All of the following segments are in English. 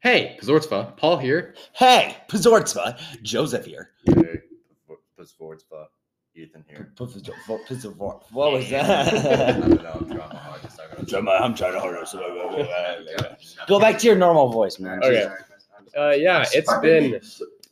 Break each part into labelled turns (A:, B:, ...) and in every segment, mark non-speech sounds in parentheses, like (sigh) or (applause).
A: Hey, Pazortzva, Paul here.
B: Hey, Pizortzva, Joseph here.
C: Hey, Pazvortsva, Ethan
D: (laughs)
C: here.
B: Pizor- What was
C: I
B: that?
C: don't know, I'm drama hard. Just not gonna-
B: Drama, (laughs) I'm trying to hold on. (laughs) Go back to your normal voice, man.
A: Okay. Uh, yeah, it's been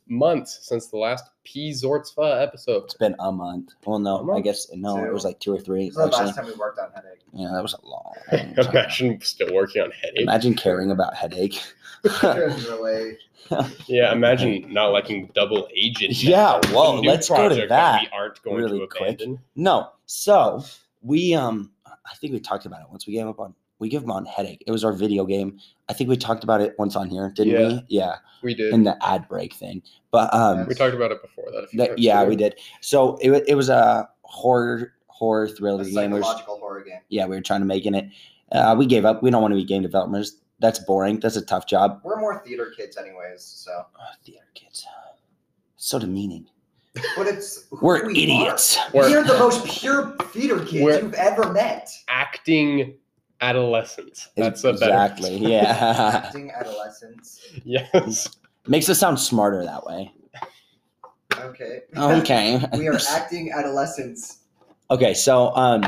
A: months since the last Pazortzva episode.
B: It's been a month. Well,
A: A
B: no, I
A: month?
B: guess no. It was like two or three.
D: This is the
B: Actually,
D: last time we worked on headache.
B: yeah, that was a long. time.
A: (laughs) Imagine still working on headache.
B: Imagine caring about headache.
D: Because we're late.
A: Yeah, imagine not liking double agent.
B: Yeah,
A: now.
B: whoa,
A: A new
B: let's go to
A: project
B: that
A: we aren't going
B: really
A: to
B: quick.
A: abandon.
B: No. So we um I think we talked about it once we gave up on we gave up on headache. It was our video game. I think we talked about it once on here, didn't we? Yeah.
A: We did.
B: In the ad break thing. But um
A: we talked about it before that. a few
B: that,
A: times.
B: yeah, we did. So it, wa- it was a horror horror thriller
D: A
B: game. We were-
D: psychological horror game.
B: yeah, we were trying to make in it. Uh, we gave up. We don't want to be game developers. That's boring. That's a tough job.
D: We're more theater kids, anyways. So,
B: Oh, theater kids. So demeaning.
D: but it's who
B: We're
D: we
B: idiots.
D: are. We're,
A: We're
D: the most pure theater kids
A: We're-
D: you've ever met.
A: acting adolescents. That's a better- (laughs)
B: exactly. Yeah.
D: Acting adolescence.
A: Yes.
B: Makes us sound smarter
D: (laughs)
B: that way.
D: Okay.
B: Okay.
D: we are acting adolescents.
B: Okay, so um,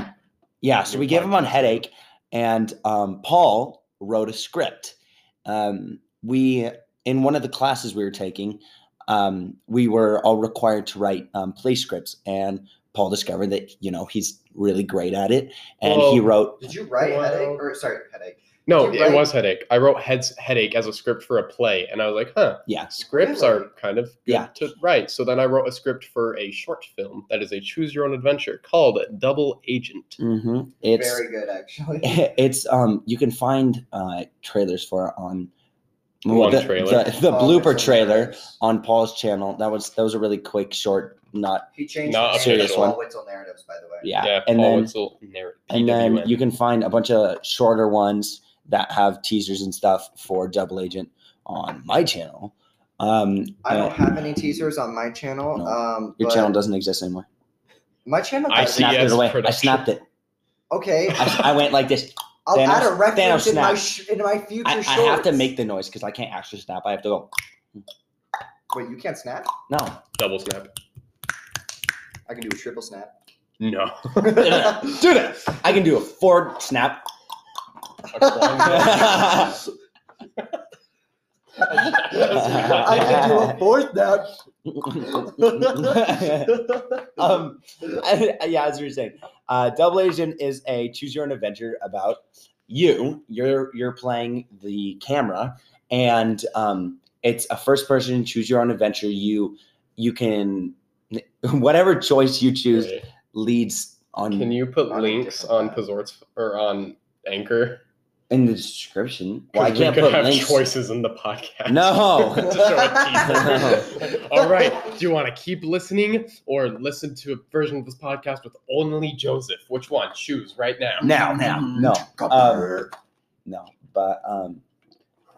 B: yeah, so
A: New
B: we gave him on
A: podcast.
B: headache, and um, Paul wrote a script. Um, we in one of the classes we were taking, um, we were all required to write um, play scripts, and Paul discovered that you know he's really great at it, and he
A: Well-
B: wrote
D: Did you write
A: Wow.
D: headache? Or sorry, headache.
A: No,
D: Did
A: it
D: you write-
A: was headache. I wrote heads headache as a script for a play, and I was like, huh.
B: Yeah.
A: Scripts
D: Really?
A: are kind of good
B: Yeah.
A: to write. So then I wrote a script for a short film that is a choose your own adventure called Double Agent.
B: mhm, it's
D: Very good, actually.
B: (laughs) it's um you can find uh, trailers for it on
A: One
B: the,
A: trailer.
B: the, the
D: Oh,
B: blooper
D: it's
B: trailer
D: hilarious.
B: on Paul's channel. That was that was a really quick, short, not
D: He changed
A: Not
D: the
A: a
D: name to
B: serious
D: Paul
B: one.
D: Witzel narratives, by the way.
B: yeah,
A: and
B: and
A: Paul
B: then
A: Witzel narr-
B: and then
A: PWN.
B: you can find a bunch of shorter ones that have teasers and stuff for double agent on my channel um
D: I don't
B: uh,
D: have any teasers on my channel.
B: No.
D: Um,
B: your
D: but
B: channel doesn't exist anymore
D: My channel.
A: I
B: i
D: doesn't-
A: see
B: snapped
A: as
B: it away i
A: production.
B: snapped it
D: Okay.
A: (laughs)
B: I, I went like this
D: (laughs) I'll add a
B: Thanos-
D: reference
B: Thanos
D: in my,
B: snap.
D: sh- in my future
B: I, I
D: shorts.
B: have to make the noise because i can't actually snap i have to go
D: Wait, you can't snap?
B: no
A: double snap.
D: I can do a triple snap. (laughs)
B: (laughs)
A: No.
B: do that i can do a
D: (laughs)
B: forward snap
D: I can do a fourth
A: (laughs)
D: snap.
B: (laughs) um, I- I- yeah, as you were saying, uh, Double Asian is a choose your own adventure about you. You're you're playing the camera, and um, it's a first person choose your own adventure. You you can (laughs) whatever choice you choose
A: Okay.
B: leads on
A: Can you put
D: Not a
A: links
D: different
A: on
D: app.
A: Pazorts or on Anchor?
B: in the description. Well, I
A: 'Cause
B: can't
A: we could
B: put
A: have
B: links.
A: choices in the podcast.
B: No.
A: (laughs) To
D: (laughs)
A: show a
B: (laughs)
A: teaser. All right. Do you want to keep listening or listen to a version of this podcast with only Joseph? Which one? Choose right now.
B: Now, now, no. Um, no, but um,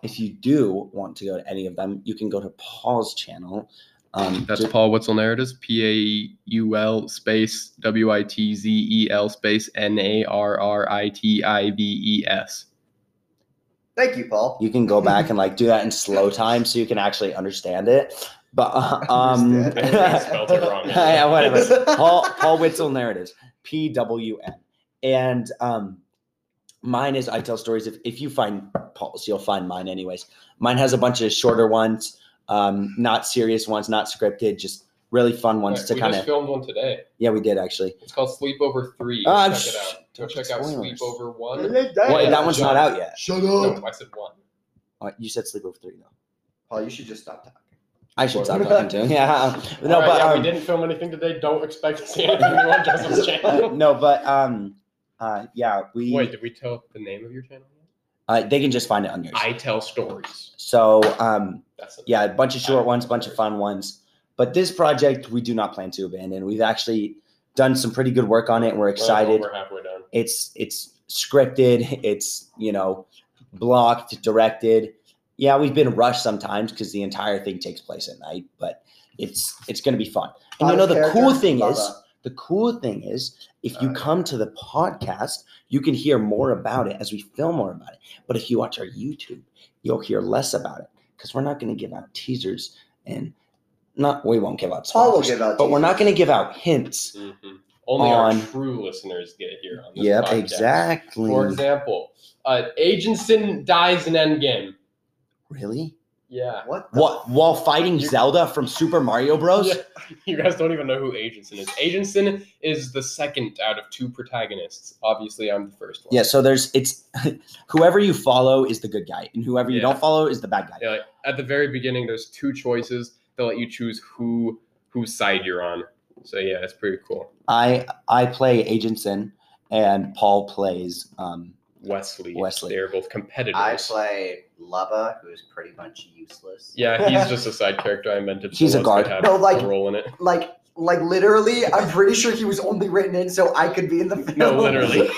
B: if you do want to go to any of them, you can go to Paul's channel. Um,
A: That's
B: ju-
A: Paul Witzel Narratives, P A U L space W I T Z E L space N A R R I T I V E S.
D: Thank you, Paul.
A: (laughs)
B: you can go back and like do that in slow time so you can actually understand it. But
A: (laughs)
B: uh, um,
D: Understand.
A: I
B: (laughs)
A: think (laughs) I spelled it wrong.
B: yeah, whatever.
D: (laughs)
B: Paul Paul Witzel narratives, P W N, and um, mine is I tell stories. If if you find Paul's, you'll find mine anyways. Mine has a bunch of shorter ones, um, not serious ones, not scripted, just really fun ones to
A: we
B: kind
A: just
B: of.
A: filmed one today.
B: Yeah, we did actually.
A: It's called Sleepover 3. Go
B: Ah,
A: check
B: sh-
A: it out. Go
B: don't
A: check
B: put
A: out
B: spoilers.
A: Sleepover 1.
B: Well,
A: Yeah,
B: that
D: Paul,
B: one's not out yet.
C: Shut
A: No, I said 1.
B: Oh, you said sleepover three though.
D: you should just stop talking.
B: I should stop talking to him. Yeah, (laughs) no,
A: All right,
B: but
A: yeah, we
B: um,
A: didn't film anything today. Don't expect to see anything new on
B: (laughs)
A: Joseph's
B: uh,
A: channel.
B: no, but um, uh, yeah, we
A: Wait, did we tell the name of your channel?
B: uh, they can just find it on yours.
A: I tell stories.
B: so um,
A: That's it.
B: yeah, a bunch of short
A: I-
B: ones, a bunch of fun ones. But this project we do not plan to abandon. We've actually done some pretty good work on it. We're excited.
A: We're halfway done.
B: It's it's scripted. It's you know blocked, directed. Yeah, we've been rushed sometimes because the entire thing takes place at night, but it's it's going to be fun. And you know the
D: Character,
B: cool thing
D: Baba.
B: is The cool thing is, if you
D: Uh,
B: come to the podcast, you can hear more about it as we film more about it. But if you watch our YouTube, you'll hear less about it. because we're not going to give out teasers and not we won't give out
D: Paul will
B: spoilers,
D: give out
B: but we're not
D: teasers.
B: going to give out hints.
A: Mhm. Only
B: On-
A: our true listeners get here on this
B: Yep,
A: podcast.
B: exactly.
A: For example, uh, Agenson dies in Endgame.
B: really?
A: Yeah.
D: What? the-
B: What? While fighting
A: You-
B: Zelda from Super Mario Bros.
A: Yeah. (laughs) You guys don't even know who Agenson is. Agenson is the second out of two protagonists. Obviously, I'm the first one.
B: Yeah, so there's it's (laughs) whoever you follow is the good guy, and whoever you
A: Yeah.
B: don't follow is the bad guy.
A: Yeah, like, at the very beginning, there's two choices. They'll let you choose who whose side you're on. So yeah, it's pretty cool.
B: I I play Agentson, and Paul plays. Um,
A: Wesley.
B: Wesley.
A: They're both competitors.
E: I play Lubba, who is pretty much useless.
A: yeah, he's just a side character I invented. so
B: He's a
A: once they
B: guard.
A: have
D: No, like-
A: a role in
B: (laughs)
A: it.
D: Like, like literally, I'm pretty sure he was only written in so I could be in the film.
A: No,
D: (laughs)
B: (laughs)
A: literally.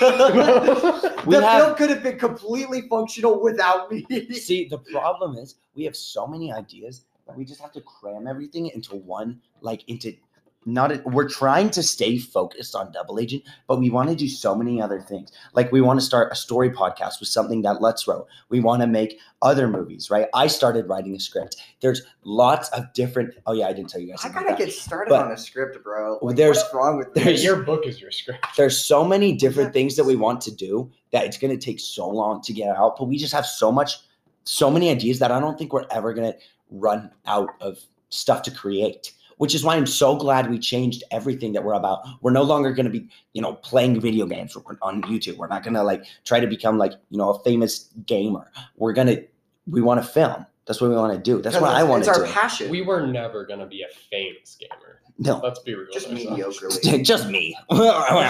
B: we
D: the
B: have
D: film could have been completely functional without me. (laughs)
B: see the problem is we have so many ideas that we just have to cram everything into one like into not a, we're trying to stay focused on double agent but we want to do so many other things like we want to start a story podcast with something that let's row we want to make other movies right i started writing a script there's lots of different oh yeah i didn't tell you guys
E: I
B: about
E: gotta
B: that.
E: get started
B: But-
E: on a script, bro.
B: Well,
E: Like,
B: there's-
E: what's wrong with
B: there's-
E: me?
A: your book is your script.
B: there's so many different
E: Yeah.
B: things that we want to do that it's going to take so long to get out but we just have so much so many ideas that i don't think we're ever going to run out of stuff to create which is why i'm so glad we changed everything that we're about we're no longer going to be you know playing video games We're on youtube we're not going to like try to become like you know a famous gamer we're going to we want to film that's what we want to do that's what i want
E: It's
B: to
E: our
B: do
E: passion.
A: We were never gonna be a famous gamer.
B: no
A: Let's be real.
E: just
A: with ourselves.
E: mediocre.
B: (laughs) just me
A: (laughs)
B: I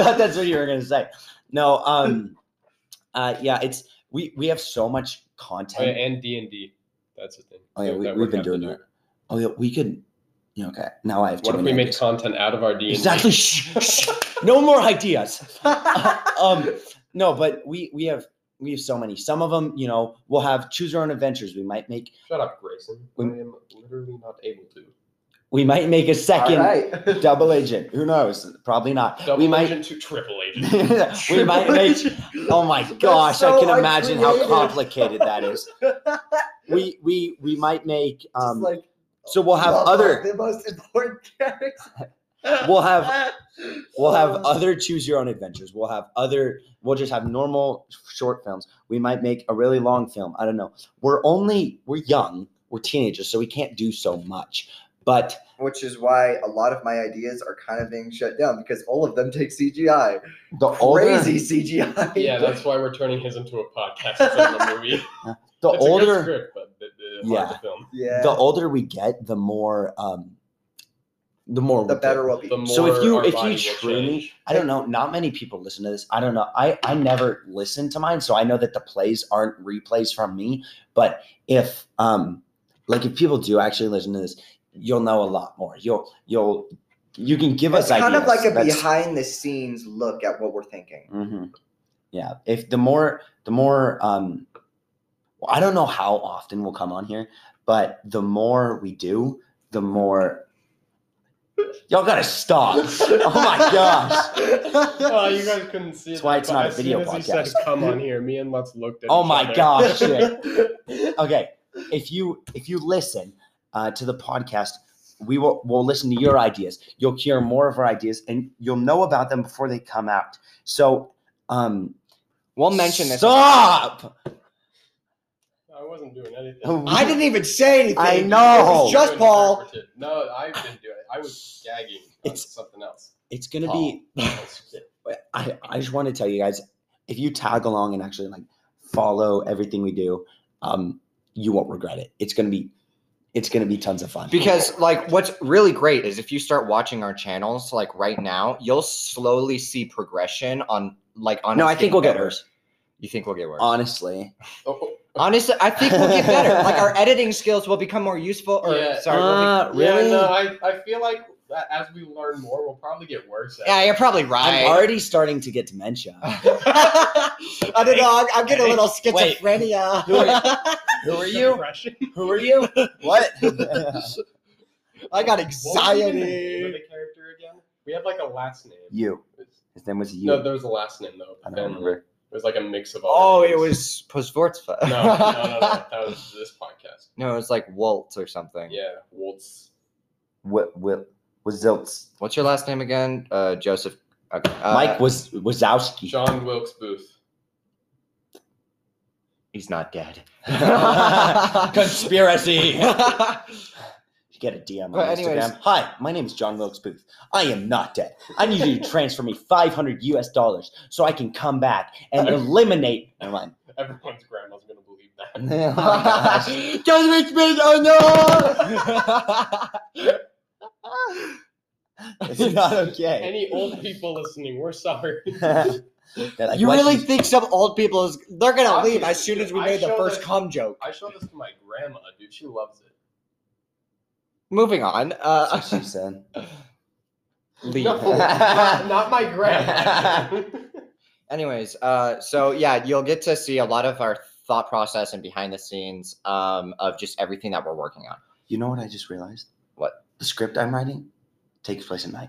B: thought that's what you were gonna say. No, um, uh, yeah, it's we we have so much
A: Oh, yeah,
B: content.
A: and D and D. That's the thing.
B: Oh, yeah, we-
A: That
B: we've
A: would
B: been
A: have to
B: doing
A: do.
B: that. Oh yeah, we could. yeah, Okay, now I have. too
A: What if
B: many
A: we made
B: ideas.
A: content out of our D and D?
B: exactly? Shh, shh, no more ideas.
A: (laughs)
B: um, no, but we we have we have so many. Some of them, you know, we'll have choose our own adventures. We might make
A: Shut up, Grayson. I
B: We-
A: am literally not able to.
B: we might make a second
D: right.
B: double agent. Who knows? Probably not.
A: Double
B: we might.
A: agent to triple agent.
B: (laughs) we might
D: (laughs)
B: make Oh my gosh, I
D: so
B: can imagine how
D: uncreative.
B: complicated that is. We we we might make um
D: Just like
B: so we'll have
D: Lubba,
B: other
D: the most important character.
B: (laughs) we'll have we'll have
D: (laughs)
B: other choose your own adventures. We'll have other we'll just have normal short films. We might make a really long film. I don't know. We're only we're young, we're teenagers, so we can't do so much. But
E: Which is why a lot of my ideas are kind of being shut down because all of them take CGI.
B: the older
E: Crazy CGI.
A: yeah, that's why we're turning his into a podcast instead of
B: (laughs)
A: a movie.
B: the
A: It's a good
B: older
A: script, but the, the,
B: Yeah.
A: hard to film.
E: yeah.
B: the older we get, the more um the more
E: The
B: we'll
E: better
B: get.
E: we'll be.
A: The more
B: So if you-
A: our
B: if you
A: body will
B: train-
A: change.
B: I don't know. Not many people listen to this. I don't know. I I never listen to mine, so I know that the plays aren't replays from me. But if um, like if people do actually listen to this, you'll know a lot more. You'll you'll you can give
E: It's
B: us
E: kind
B: ideas.
E: of like a
B: That's-
E: behind the scenes look at what we're thinking.
F: (laughs)
B: Mhm. Yeah. If the more the more um, well, I don't know how often we'll come on here, but the more we do, the more. Y'all gotta stop!
A: (laughs)
B: Oh my gosh!
A: Oh, you guys couldn't see.
B: That's
A: it,
B: why it's
A: but
B: not a
A: as
B: video
A: soon as he said,
B: podcast.
A: Come on here, me and Lutz looked at.
B: (laughs) Oh
A: each
B: my
A: other.
B: gosh! shit. okay if you if you listen uh, to the podcast we will we'll listen to your ideas you'll hear more of our ideas and you'll know about them before they come out so um
F: We'll mention this.
B: stop
A: I wasn't doing anything.
B: i didn't
D: even say anything.
B: I
D: It was
F: Oh.
B: know.
A: You
D: just Paul.
A: interpreted. No, I didn't do it. I was gagging. on
B: It's-
A: something
B: (laughs)
A: else. Oh,
B: it's gonna be
F: Oh.
B: i i just want to tell you guys if you tag along and actually like follow everything we do um you won't regret it it's gonna be it's gonna be tons of fun
F: Because like what's really great is if you start watching our channels like right now, you'll slowly see progression on like on
B: no
F: us
B: i think
F: getting
B: we'll get
F: better.
B: worse
F: You think we'll get worse.
B: honestly
A: Oh,
F: Honestly, I think we'll get better. like
D: (laughs)
F: our editing skills will become more useful or
A: Yeah.
F: sorry, we'll
B: Uh,
A: Yeah,
B: really?
A: no, I, I feel like a- as we learn more, we'll probably get worse. At
F: be- yeah, you're probably right.
B: I'm
F: (laughs)
B: already starting to get dementia.
D: I don't know. I'm, I'm getting a little
B: Wait.
D: schizophrenia.
B: Who are- Who are you?
A: Depression.
B: Who are you? What?
D: (laughs)
F: (laughs)
D: I got
A: What was even the name of
D: anxiety.
A: the character again? We had like a last name.
B: you. His name was you.
A: No, there was a last name though.
B: I
A: Ben-
B: don't remember.
A: It was like a mix of all.
F: Oh,
A: your
F: it
A: names.
F: was Posvortsva.
A: No, no, no, no. That
B: (laughs)
A: was this podcast.
F: (laughs) No, it was like Waltz or something.
A: Yeah, Waltz.
E: What what was Zilts?
F: What's your last name again? Uh, Joseph. Okay. Uh,
B: Mike was Wazowski.
A: John Wilkes Booth. (laughs)
F: He's
D: (laughs)
F: not dead.
B: (laughs)
F: (laughs)
A: (laughs)
B: Conspiracy. You get a DM on
F: But anyways-
B: Instagram. Hi, my name is John Wilkes Booth. I am not dead. I need you to transfer me 500 US dollars so I can come back
F: (laughs)
B: and eliminate. Never mind.
A: Everyone's grandma's gonna believe that.
F: Oh,
B: (laughs)
F: Joseph Smith. Oh (laughs) no!
B: (laughs) It's not okay.
A: Any old people listening, we're sorry.
B: (laughs) They're like,
F: you
B: "What
F: really
B: is-"
F: think some old people is they're gonna leave
A: Obviously,
F: as soon as we
A: I
F: made the
A: showed
F: first
A: it.
F: cum joke.
A: I showed this to my grandma, dude. She loves it.
F: Moving on. Uh,
A: (laughs)
B: That's what (laughs) she said.
F: leave.
A: No, (laughs)
B: (laughs)
A: not, not my (laughs) grandma.
F: Anyways, uh, so yeah, you'll get to see a lot of our thought process and behind the scenes um, of just everything that we're working on.
B: You know what I just realized?
F: What?
B: The script I'm writing takes place at night.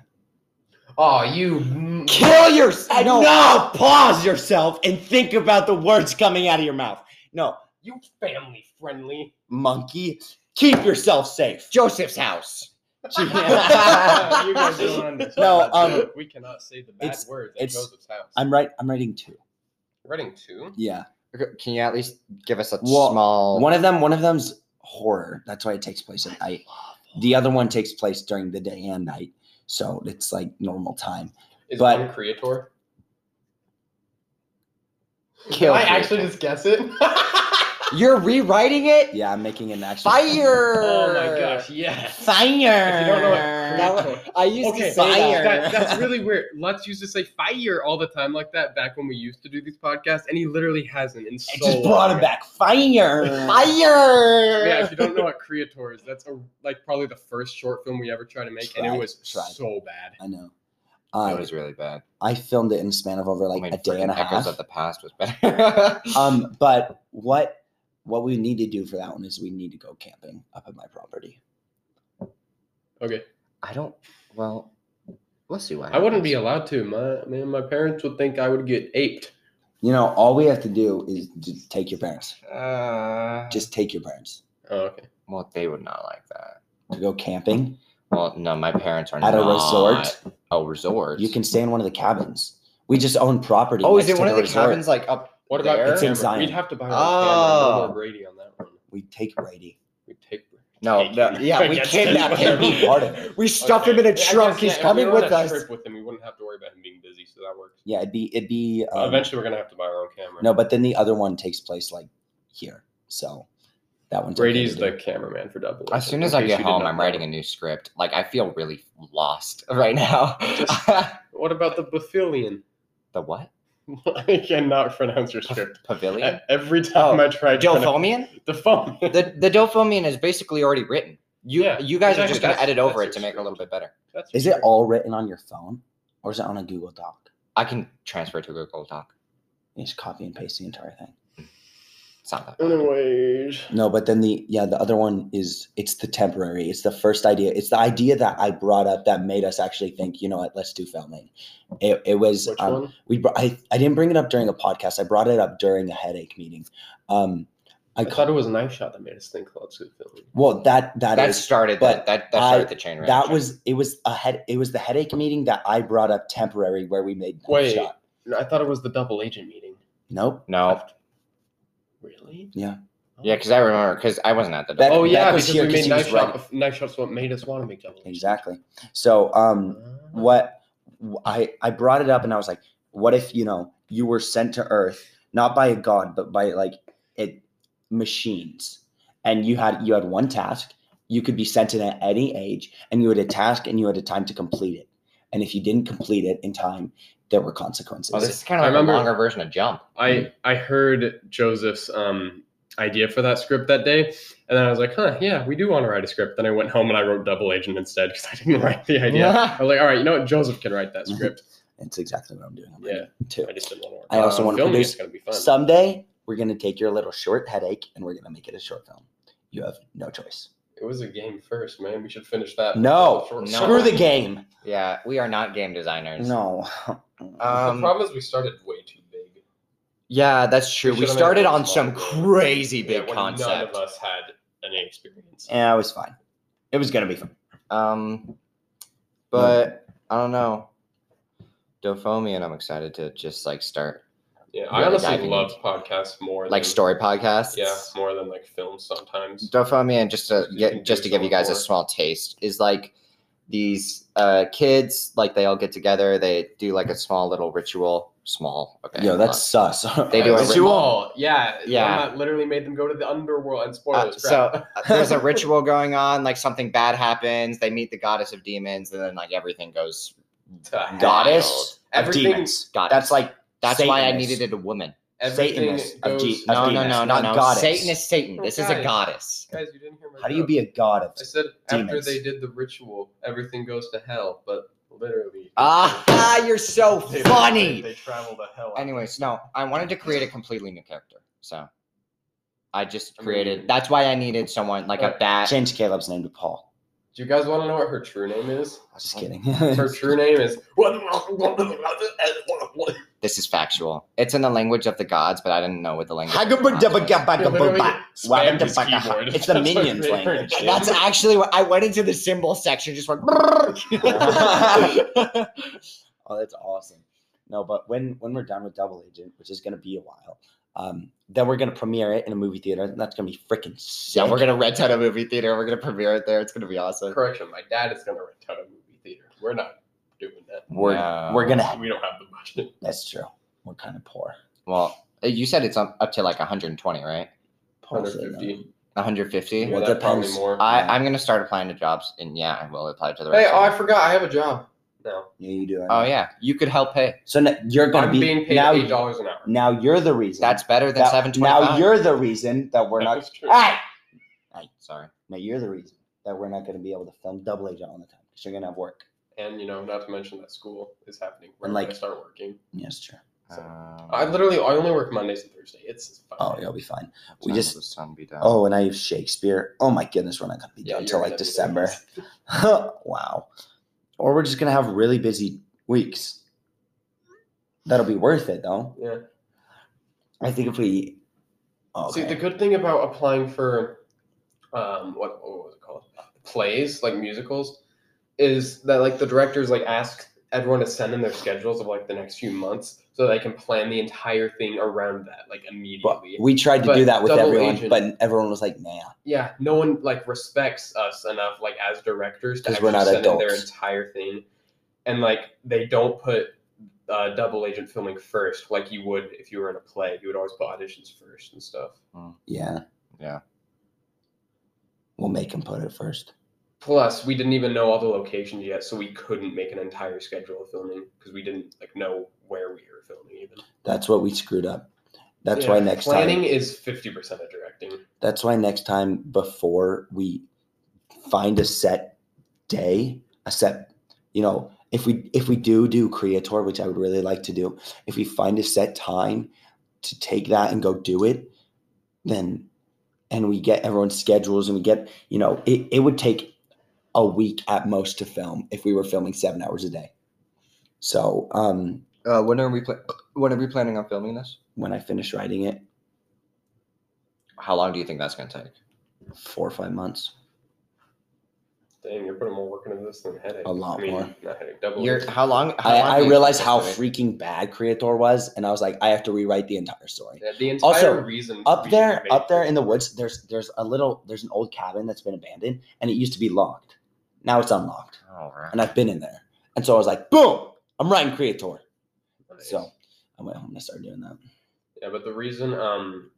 A: oh, you.
F: Kill yourself.
B: No. pause yourself and think about the words coming out of your mouth. No,
A: You family friendly. (laughs)
B: monkey, keep yourself (laughs) safe.
F: Joseph's house.
A: you guys don't understand.
B: No, um,
A: we cannot say the bad
B: it's-
A: words at
B: it's-
A: Joseph's house.
B: (laughs) I'm right. I'm writing two.
A: writing two.
B: Yeah.
F: Okay, Can you at least give us a
B: Well,
F: small?
B: One of them. One of them's horror. That's why it takes place at night. The other one takes place during the day and night, so it's like normal time.
A: Is
B: But-
A: one creator?
F: Kill
A: Did I
F: Creator.
A: actually just guess it? (laughs)
F: You're rewriting it.
B: Yeah, I'm making an actual
F: Fire.
A: oh my gosh, yes.
B: Fire.
A: If you don't know what
F: That
A: creator-
F: was- I used
A: Okay,
F: to say
B: fire.
A: That,
F: that.
A: that's really weird. Lutz used to say fire all the time like that back when we used to do these podcasts, and he literally hasn't in so
B: I just brought him
A: long.
B: back.
F: (laughs)
B: Fire.
F: Fire.
A: Yeah, if you (laughs) don't know what Creator is, that's a, like probably the first short film we ever tried to make, and
B: Tried,
A: it was
B: tried.
A: so bad.
B: I know.
F: That
B: Um,
F: was really bad.
B: I filmed it in a span of over like
F: I mean,
B: a day and a
F: freaking Echoes
B: half.
F: of the Past was better.
B: (laughs) um, but what what we need to do for that one is we need to go camping up at my property.
A: Okay,
F: (laughs) I don't. Well, we'll see what.
A: I wouldn't be allowed to. My man, my parents would think I would get aped.
B: You know, all we have to do is just take your parents.
F: Uh,
B: Just take your parents
A: Oh, okay.
F: well, they would not like that.
B: to go camping
F: Well, no, my parents are
B: at a
F: not
B: resort.
F: A resort.
B: You can stay in one of the cabins. We just own property.
F: Oh, is
B: next to
F: it one of the
B: resort.
F: cabins like up?
A: What about
F: there?
A: the
B: It's in
A: camera?
B: Zion.
A: We'd have to buy a
F: Oh.
A: camera. No more Brady on that one.
B: We take Brady.
A: We take.
F: No,
A: Take
F: no,
A: him.
F: yeah, we
A: Yes,
F: (laughs) kidnap
A: yes.
F: him.
B: Part of it.
F: We stuff him in
A: Okay.
F: a
A: I
F: trunk.
A: guess,
F: He's
A: yeah, if
F: coming
A: we were on
F: with
A: a
F: us.
A: Trip with him, we wouldn't have to worry about him being busy, so that works.
B: Yeah, it'd be it'd be um,
A: Eventually, we're gonna have to buy our own camera.
B: No, but then the other one takes place like here. So that one's okay
A: Brady's
B: to do.
A: the cameraman for Double.
F: As soon as I get home, I'm writing a new script. Like I feel really lost (laughs) right now.
A: What about the Bethillion?
F: the what?
A: (laughs) I cannot pronounce your (laughs) script.
F: Pavilion?
A: E-
F: (laughs)
A: Every time I try to pronounce-
F: Dilphomian?
A: the phone. (laughs)
F: the the Dophomian is basically already written. You
A: Yeah,
F: you guys are
A: exactly.
F: just gonna
A: That's-
F: edit over it
A: that's
F: to
A: your
F: make it a little bit better.
A: That's
B: Is it all written on your phone or is it on a Google Doc?
F: I can transfer it to Google Doc.
B: You just copy and paste the entire thing.
F: It's not that. bad.
A: Anyways,
B: No, but then the yeah, the other one is it's the temporary. It's the first idea. It's the idea that I brought up that made us actually think, you know what, let's do filming. It, it was
A: which
B: um,
A: one?
B: we br- I, I didn't bring it up during a podcast. I brought it up during a headache meeting. Um I,
A: I
B: ca-
A: thought it was knife shot that made us think let's do filming.
B: well that that
F: That
B: is
F: started
B: but
F: that that, that
B: I-
F: started the chain
B: that
F: reaction.
B: was it was a head it was the headache meeting that I brought up temporary where we made
A: Wait.
B: shot.
A: No, I thought it was the double agent meeting.
B: Nope.
F: no.
A: Really?
B: Yeah.
F: Yeah, because I remember because I wasn't at the
B: That-
A: Oh
F: Dophomian.
A: yeah,
B: Beck was
A: because
B: here
A: we
B: 'cause
A: made
B: he was
A: knife shot. bef- Knife shot's what made us want to make double. Agent.
B: Exactly. So um
F: Uh-huh.
A: Ah.
B: what wh- I I brought it up and I was like, what if you know you were sent to Earth not by a god but by like it machines, and you had you had one task. You could be sent in at any age, and you had a task and you had a time to complete it. And if you didn't complete it in time, there were consequences.
F: Oh, this is kind of
A: I
F: like
A: remember-
F: a longer version of Jump.
A: I I heard Joseph's um idea for that script that day, and then I was like, huh, yeah, we do want to write a script. Then I went home and I wrote Double Agent instead because I didn't (laughs) write the
B: (laughs)
A: idea. I was like, all right, you know what, Joseph can write that script.
B: It's exactly what I'm doing. I'm
A: Yeah.
B: yeah, too.
A: I just didn't want to. Work.
B: I also
A: on
B: wanna
A: Um, filming.
B: produce
A: It's gonna be fun.
B: Someday we're gonna take your little short headache and we're gonna make it a short film. You have no choice.
A: It was a game first, man. We should finish that.
B: No,
A: Short-
F: No.
B: screw the game.
F: (laughs) Yeah, we are not game designers.
B: No.
A: The
F: Um,
A: problem is we started way too big.
F: Yeah, that's true.
A: We
F: We
A: should've made
F: started
A: it
F: on
A: smaller.
F: some crazy
A: Yeah,
F: big
A: when None
F: concept.
A: of us had any experience.
B: Yeah, it was fine. It was gonna be fun.
F: Um, but I don't know. Dophomian, I'm excited to just like start
A: Yeah, I
F: Really
A: honestly
F: diving
A: love podcasts more.
F: like
A: than,
F: story podcasts.
A: Yeah, more than like films sometimes.
F: Dophomian, just to
A: You can
F: get,
A: do
F: just to give you
A: something
F: guys a
A: for it.
F: small taste, is like these uh, kids, like they all get together, they do like a small little ritual. Small, okay.
B: Yo,
F: hold
B: that's sus.
F: They
B: (laughs)
F: do a
A: Ritual.
F: ritual.
A: Yeah,
F: Yeah.
A: Matt literally made them go to the underworld and
F: on. Uh,
A: spoilers.
F: so
A: crap.
F: uh,
B: (laughs)
F: there's a ritual going on. Like something bad happens. They meet the goddess of demons, and then like everything goes
A: To hell.
F: goddess.
B: of
A: Everything-
B: demons.
F: Goddess.
B: That's like
F: that's why I
B: Satanist.
F: needed it a woman.
A: everything
B: Satanist of
A: goes-
B: G-
F: No, no,
B: demons,
F: no, no,
B: not
F: no.
B: goddess.
F: Satan is Satan. This is a
A: Okay.
F: goddess.
A: Guys, you didn't hear my
B: how do you
A: joke.
B: be a god of
A: I said after
B: demons?
A: they did the ritual, everything goes to hell, but literally.
F: Ah, (laughs) you're so
A: they- they-
F: funny.
A: They travel to hell.
F: Anyways, no, I wanted to create a completely new character, so I just
A: I mean-
F: created. That's why I needed someone like a
A: Alright.
F: bat.
B: Change Caleb's name to Paul.
A: Do you guys want to know what her true name is?
B: Just kidding. (laughs)
A: Her true name is.
F: This is factual. It's in the language of the gods, but I didn't know what the language. of the gods was.
A: Spammed his keyboard.
B: It's
A: (laughs)
B: the
A: That's what
B: minions
A: they are.
B: language. dude.
F: That's actually what I went into the symbol section. Just went. (laughs)
B: oh, that's awesome. No, but when when we're done with Double Agent, which is gonna be a while, um, then we're gonna premiere it in a movie theater. and That's gonna be freaking sick.
F: yeah, we're gonna rent out a movie theater. We're gonna premiere it there. It's gonna be awesome.
A: Correction, my dad is going to rent out a movie theater. We're not doing that.
B: we're,
F: No.
B: we're gonna.
A: We don't have the (laughs) budget.
B: That's true. We're kind of poor.
F: Well, eh, you said it's up, up to like 120, right?
B: Paul said that.
A: 150.
F: 150.
A: Yeah,
B: Well,
A: that probably
B: depends.
A: more.
F: I, I'm gonna start applying to jobs, and yeah, I will apply to the.
A: hey,
F: rest
A: oh,
F: of
A: I
F: them.
A: forgot. I have a job. No.
B: Yeah, you do. I
F: oh
B: know.
F: yeah, you could help pay.
B: So now, you're gonna
A: I'm
B: be
A: being paid
B: now.
A: $8 an hour.
B: Now you're the reason.
F: That's better than
B: that-
F: 725.
B: Now you're the reason that we're
A: That
B: not.
A: was true.
B: Hey!
F: sorry.
B: Now you're the reason that we're not gonna be able to film Double Agent all the time because you're gonna have work.
A: And, you know, not to mention that school is happening. We're
B: And,
A: going
B: like-
A: to start working.
B: Yeah, it's true.
A: So,
F: Um,
A: I literally I only work Mondays and Thursday. It's fine.
B: Oh, you'll be fine. we
F: what time
B: just-
F: will the sun be down?
B: Oh, and I have Shakespeare. Oh my goodness, we're not gonna be
A: Yeah,
B: done
A: you're
B: until like
A: gonna be the
B: December.
A: best.
B: (laughs) wow. Or we're just gonna have really busy weeks. That'll be worth it though.
A: Yeah.
B: I think if we oh,
A: See, the good thing about applying for um, what, what was it called? Plays, like musicals, is that like the directors like ask everyone to send in their schedules of like the next few months so they can plan the entire thing around that like
B: but
A: immediately.
B: we tried to
A: But
B: do that with
A: Double
B: everyone,
A: Agent-
B: but everyone was like, nah.
A: yeah, no one like respects us enough like as directors to
B: 'Cause we're
A: actually
B: not
A: send in their
B: adults.
A: entire thing, and like they don't put uh, double agent filming first like you would if you were in a play. You would always put auditions first and stuff.
B: Yeah.
F: Yeah.
B: We'll make him put it first.
A: Plus, we didn't even know all the locations yet, so we couldn't make an entire schedule of filming because we didn't like know where we were filming even.
B: That's what we screwed up. That's why
A: Yeah,
B: next
A: planning
B: time
A: is fifty percent of directing.
B: that's why next time before we find a set day, a set, you know, if we if we do do creator, which I would really like to do, if we find a set time to take that and go do it, then and we get everyone's schedules and we get, you know, it, it would take a week at most to film if we were filming seven hours a day. So um
F: Uh, when are we pla- When are we planning on filming this?
B: when I finish writing it,
F: How long do you think that's gonna take?
B: four or five months.
A: Dang, you're putting more work into this than headache.
B: A lot
A: I mean,
B: more.
A: Not headache, double.
B: (laughs)
F: You're how long? How
B: I,
F: long
B: I
F: do you
B: realized
F: think
B: how
F: this movie-
B: freaking bad Creator was, and I was like, I have to rewrite the entire story.
A: Yeah, the entire
B: Also,
A: reason
B: Up
A: we
B: there,
A: made
B: up there
A: it-
B: in the woods, there's there's a little there's an old cabin that's been abandoned, and it used to be locked. Now it's unlocked,
F: All right.
B: and I've been in there, and so I was like, boom, I'm writing Creator. So I went home and I started doing that.
A: Yeah, but the reason um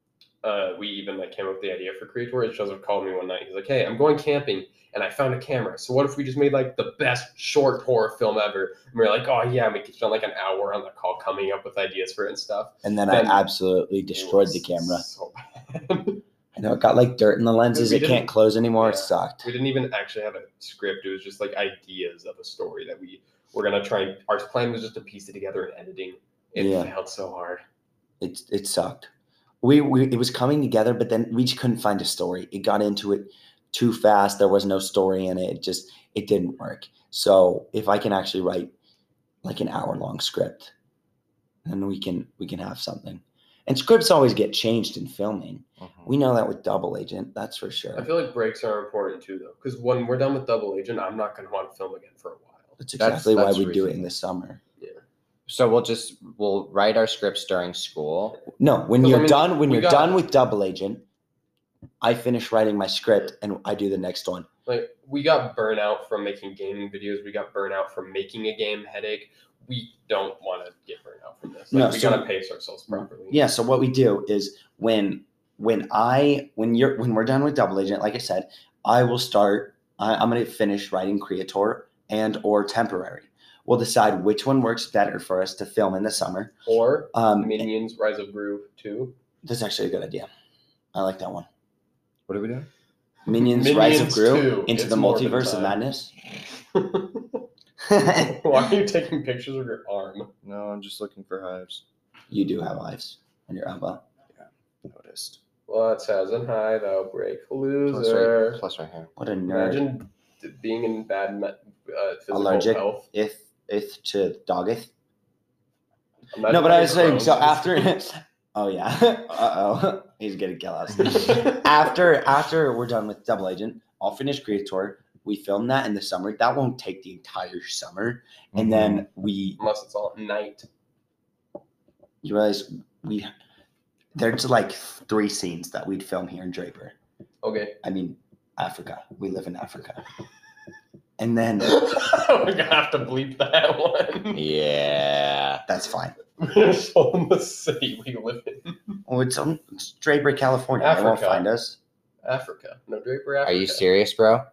A: uh we even like came up with the idea for Creator is Joseph called me one night. He's like, "Hey, I'm going camping and I found a camera. So what if we just made like the best short horror film ever?" And we were like, "Oh yeah," and we spent like an hour on the call coming up with ideas for it and stuff.
B: And then
A: Then
B: I absolutely
A: It
B: destroyed the
A: was
B: camera.
A: so bad.
B: I know it got like dirt in the lenses;
A: We
B: it can't
A: didn't-
B: close anymore. It
A: yeah.
B: sucked.
A: we didn't even actually have a script. It was just like ideas of a story that we were gonna try. And, our plan was just to piece it together in editing. It
B: Yeah.
A: failed so hard.
B: it it sucked. We, we it was coming together, but then we just couldn't find a story. It got into it too fast. There was no story in it. It just it didn't work. So if I can actually write like an hour long script, then we can we can have something. And scripts always get changed in filming.
F: Mhm.
B: We know that with Double Agent, that's for sure.
A: I feel like breaks are important too, though, because when we're done with Double Agent, I'm not going to want to film again for a while.
B: That's
F: That's-
B: exactly
F: that's
B: why we do it in
F: reasonable.
B: the summer.
F: So we'll just we'll write our scripts during school.
B: No, when
A: 'Cause, I
B: you're
A: mean,
B: done, when
A: we
B: you're
A: got-
B: done with Double Agent, I finish writing my script and I do the next one.
A: Like we got burnout from making gaming videos. We got burnout from making a game headache. We don't want to get burnout from this. Like,
B: No,
A: we
B: so-
A: got to pace ourselves properly.
B: Yeah. So what we do is when when I when you're when we're done with Double Agent, like I said, I will start. I, I'm going to finish writing Creator and or Temporary. We'll decide which one works better for us to film in the summer.
A: Or
B: Um,
A: Minions: Rise of Groove too. (laughs)
B: that's actually a good idea. I like that one.
F: What are we doing?
B: Minions, Rise of
A: Minions
B: Gru
A: 2.
B: into
A: It's
B: the
A: Morbid
B: multiverse of
A: time.
B: madness.
A: Why are you taking pictures of your arm?
F: No, I'm just looking for hives.
B: (laughs) you do have eyes on your elbow.
F: Noticed.
A: Let's has an high though. Break
F: Plus right,
A: loser.
F: plus right here.
B: What a nerd.
A: Imagine d- being in bad me- uh, physical
B: Allergic.
A: health.
B: If if to doggeth.
A: Imagine
B: no, but I
A: being
B: was saying so
A: Crohn's.
B: after. (laughs) oh yeah. Uh oh. (laughs) He's gonna kill us.
A: (laughs)
B: after after we're done with Double Agent, I'll finish Creator. We film that in the summer. That won't take the entire summer,
F: Mm-hmm.
B: and then we
A: (laughs) unless it's all at night.
B: you realize we there's like three scenes that we'd film here in Draper.
A: Okay. (laughs)
B: I mean, Africa. We live in Africa. And then
A: We're gonna have to bleep that (laughs) one.
F: Yeah.
B: that's fine.
A: We're (laughs) still in the city we live in.
B: Well, it's, um, it's Draper, California. They won't
A: Africa.
B: find us.
A: Africa. No Draper Africa.
F: Are you serious, bro?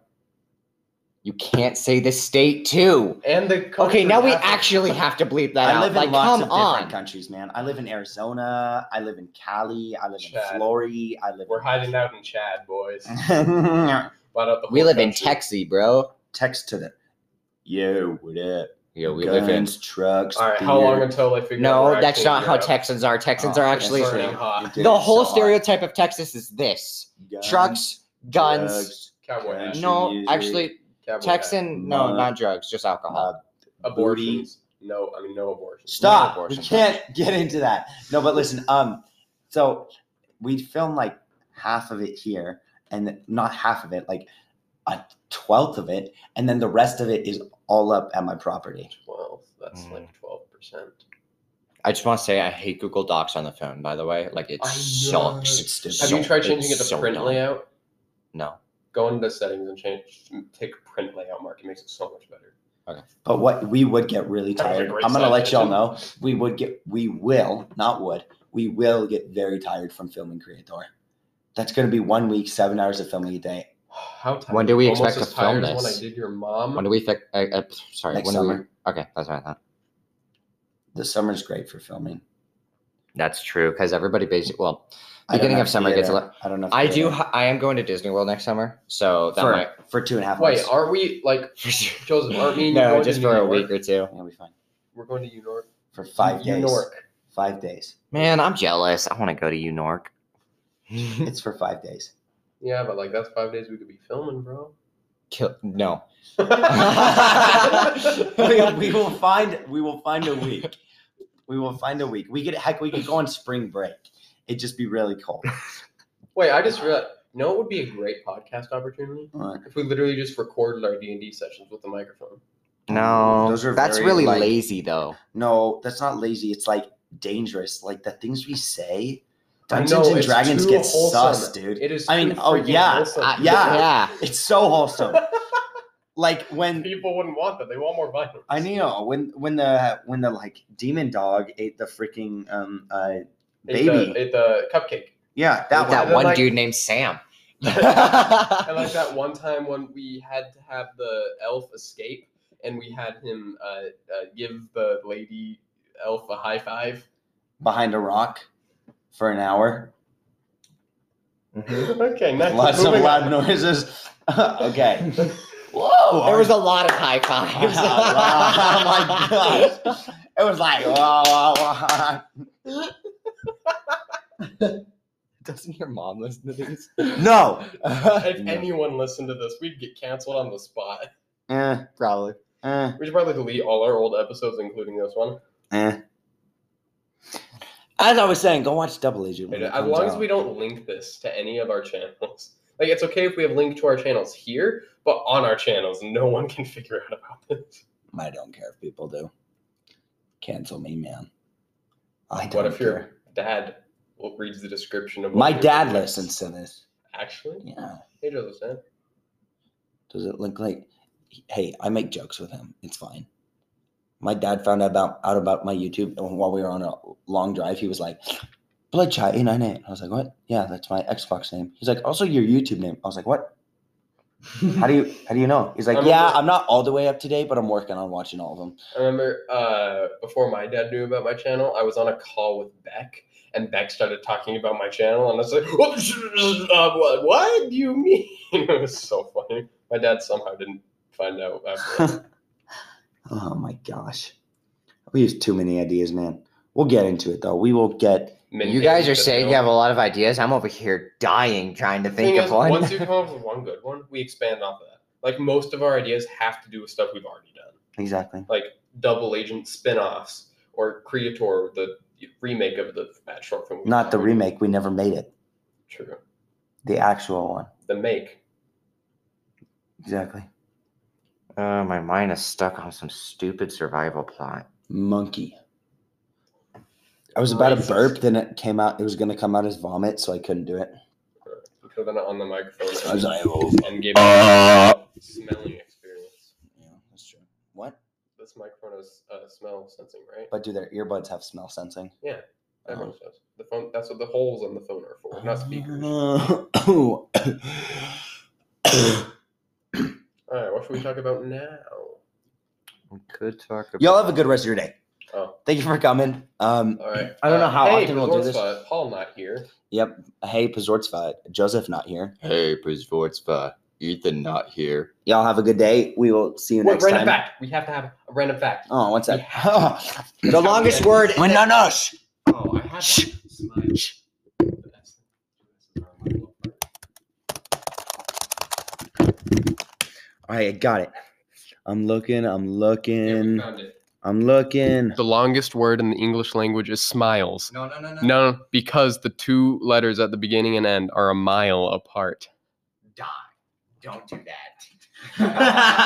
F: You can't say the state too.
A: And the
F: Okay,
A: country
F: now we
A: Africa.
F: actually have to bleep that
B: I
F: out.
B: live in
F: like,
B: lots
F: come
B: of
F: on.
B: different countries, man. I live in Arizona. I live in Cali. I live in
A: Chad.
B: Florida. I live.
A: We're
B: (laughs)
A: hiding out in Chad, boys.
B: in-
A: Light up the
F: Mm. We
A: whole
F: live in
A: country.
F: Texas, bro.
B: Text to them. Yo, what up?
F: Yeah, we
B: Guns,
F: live in.
B: trucks.
A: All right. How
B: beer.
A: long until I figure? out
F: No,
A: we're
F: that's
A: actually
F: not
A: in
F: how
A: Europe?
F: Texans are. Texans
B: Oh,
F: are
B: yeah,
F: actually.
B: sorry.
A: Burning hot.
B: Dude,
F: The
B: it's
F: whole
B: so hot.
F: stereotype of Texas is this:
B: Guns,
F: trucks, guns.
B: drugs,
A: Cowboy hat.
B: Country
F: No,
B: music.
F: actually,
A: Cowboy hat.
F: Texan. No,
B: Mud.
F: not drugs, just alcohol.
A: Abortions. No, I mean no abortions.
B: uh, Stop.
F: No
B: we
F: abortion
B: can't (laughs) get into that. No, but listen, um, so we film like half of it here and not half of it, like a twelfth of it, and then the rest of it is all up at my property.
A: Twelve. That's
F: Mm.
A: like twelve percent.
F: I just want to say I hate Google Docs on the phone. By the way, like it
A: I know.
F: sucks.
B: It's stupid.
A: Have
F: So-
A: you tried changing it
F: it's
A: to
F: so
A: print
F: dumb.
A: layout?
F: No.
A: Go into settings and change. Take print layout mark. It makes it so much better. (sighs)
B: But what we would get really
A: That was a
B: tired.
A: great
B: I'm gonna let
A: side
B: y'all know.
A: tangent.
B: We would get we will, not would, we will get very tired from filming Creator. That's gonna be one week, seven hours of filming a day.
A: How tired?
F: When do we
A: Almost
F: expect
A: as
F: to film
A: tired as
F: this?
A: When I did your mom.
F: When do we? Fi- uh, uh, sorry.
B: Next
F: when do we-
B: summer.
F: okay, that's what I thought.
B: The summer's great for filming.
F: That's true because everybody basically. Well,
B: I don't
F: Beginning
B: know
F: of
B: if
F: summer gets a
B: theater- I don't know. if
F: I do.
B: theater-
F: h- I am going to Disney World next summer, so that
B: for,
A: (laughs)
F: might. (laughs)
B: for two and a half
A: Wait,
B: months.
A: aren't we like Joseph? Aren't me? and you
F: no,
A: going
F: just
A: to
F: for
A: New
F: a
A: York?
F: week or two.
B: It'll be fine.
A: We're going to Unork.
B: For five days.
A: Unork.
B: Five days.
F: Man, I'm jealous. I want to go
A: (laughs)
F: to UNork.
B: It's for five
F: (laughs)
B: days. (laughs)
A: Yeah, but like that's five days we could be filming, bro.
F: Kill- no.
B: we, we will find we will find a week. We will find a week. We could heck we could go on spring break. It'd just be really
F: (laughs)
B: cold.
A: Wait, I just realized. You know, it would be a great podcast opportunity
B: What?
A: if we literally just recorded our D and D sessions with the microphone.
F: No.
B: Those are
F: That's
B: very,
F: really
B: like-
F: lazy, though.
B: No, that's not lazy. It's like dangerous. Like the things we say.
A: I
B: Dungeons
A: know,
B: and
A: it's
B: Dragons
A: too
B: gets
A: wholesome.
B: sus, dude.
A: It is.
B: I mean,
A: too
B: oh,
A: freaking
B: yeah,
A: wholesome.
F: I-
B: Yeah.
F: Yeah.
B: it's
A: (laughs)
B: so wholesome. like when
A: people wouldn't want that. They want more violence.
B: I know when when the when the like demon dog ate the freaking um uh
A: Ate
B: baby.
A: the- ate the uh, cupcake.
B: yeah,
A: Ate
B: that
F: That,
B: one.
A: that
F: one
A: like-
F: dude named (laughs) Sam.
A: And like
F: (laughs)
A: that one time when we had to have the elf escape, and we had him uh, uh, give the lady elf a high
B: (laughs)
A: five.
B: behind a rock for an hour.
A: okay, nice.
B: Lots of
A: Moving
B: loud
A: on.
B: noises. (laughs) okay.
A: (laughs)
B: Whoa.
F: Oh, there was a lot of high
B: Wow,
F: (laughs)
A: (laughs)
B: wow, (laughs) oh my
F: fives. (laughs)
B: gosh. It was like wow, wow, wow.
F: Doesn't your mom listen to these?
B: No.
A: (laughs) If anyone listened to this, we'd get canceled on the spot. (laughs)
B: Eh,
F: (laughs) Probably.
B: eh,
A: We should probably delete all our old episodes, including this one.
B: eh. As I was saying, go watch Double Agent. when
A: Right,
B: it
A: As
B: comes
A: long as
B: out.
A: we don't link this to any of our channels. (laughs) Like it's okay if we have linked to our channels here, but on our channels, no one can (laughs) figure out about this.
B: I don't care if people do. Cancel me, man. I don't
A: What if
B: care.
A: your dad will reads the description of what
B: My
A: you're
B: dad
A: doing?
B: listens to this.
A: Actually,
B: Yeah.
A: hey Joseph, Sam.
B: Does it look like? Hey, I make jokes with him. It's fine. My dad found out about out about my YouTube and while we were on a long drive. He was like, "Bloodshot 898." I was like, "What? Yeah, that's my Xbox name." He's like, "Also your YouTube name." I was like, (laughs) "What? How do you how do you know?" He's
A: I
B: like,
A: remember-
B: "Yeah, I'm not all the way up to date, but I'm working on watching all of them."
A: I remember uh, before my dad knew about my channel, I was on a call with Beck, and Beck started talking about my channel, and I was like, (laughs) uh, what, what do you mean? (laughs) it was so funny. My dad somehow didn't find out.
F: (laughs)
A: After that.
B: (laughs) Oh my gosh. We use too many ideas, man. We'll get into it though. We will get
A: Min
F: you
A: Min
F: guys are
A: did
F: saying
A: know.
F: you have a lot of ideas. I'm over here dying trying to think
A: Thing
F: of
A: is,
F: one.
A: Once you come up with one good one, we expand off of that. Like most of our ideas have to do with stuff we've already done,
B: exactly.
A: like double agent spin-offs or Creator, the remake of the that short film. we
B: Not the
A: made.
B: remake. We never made it.
A: True.
B: The actual one.
A: The make.
B: Exactly.
F: (laughs) Uh, my mind is stuck on some stupid survival plot.
B: Monkey. I was about to
A: Racist.
B: burp, then it came out. It was going to come out as vomit, so I couldn't do it.
A: You could have done it on the microphone.
B: I was like, oh.
A: and gave uh, smelling experience.
B: Yeah, that's true. What?
A: This microphone has uh, smell sensing, right?
B: But do their earbuds have smell sensing?
A: Yeah. Everyone
B: Oh.
A: does. The phone. That's what the holes on the phone are for, not speakers. All right. What should we talk about now?
F: We could talk
B: (coughs)
F: about.
B: Y'all have a good rest of your day.
A: Oh.
B: Thank you for coming. Um,
A: All right.
B: I don't know how
A: uh, hey,
B: often we'll do
A: Pazor's
B: this.
A: Spot, Paul not here.
B: Yep.
A: Oh.
B: Hey, Pazortsva. Joseph not here.
C: Hey, Prizvortsva. Ethan not here.
B: Y'all have a good day. We will see you
A: Wait,
B: next
A: random
B: time.
A: fact. We have to have a random fact.
B: Oh, what's that? (laughs)
F: The longest word.
B: Wait, no, no. shh.
A: Oh, I had one. Smile.
B: All right, I got it. I'm looking. I'm
A: Yeah, we
B: looking.
A: found it.
B: I'm looking.
A: The longest word in the English language is smiles.
F: No, no, no, no.
A: No, no, because the two letters at the beginning and end are a mile apart.
B: (laughs)
F: Die. Don't do that.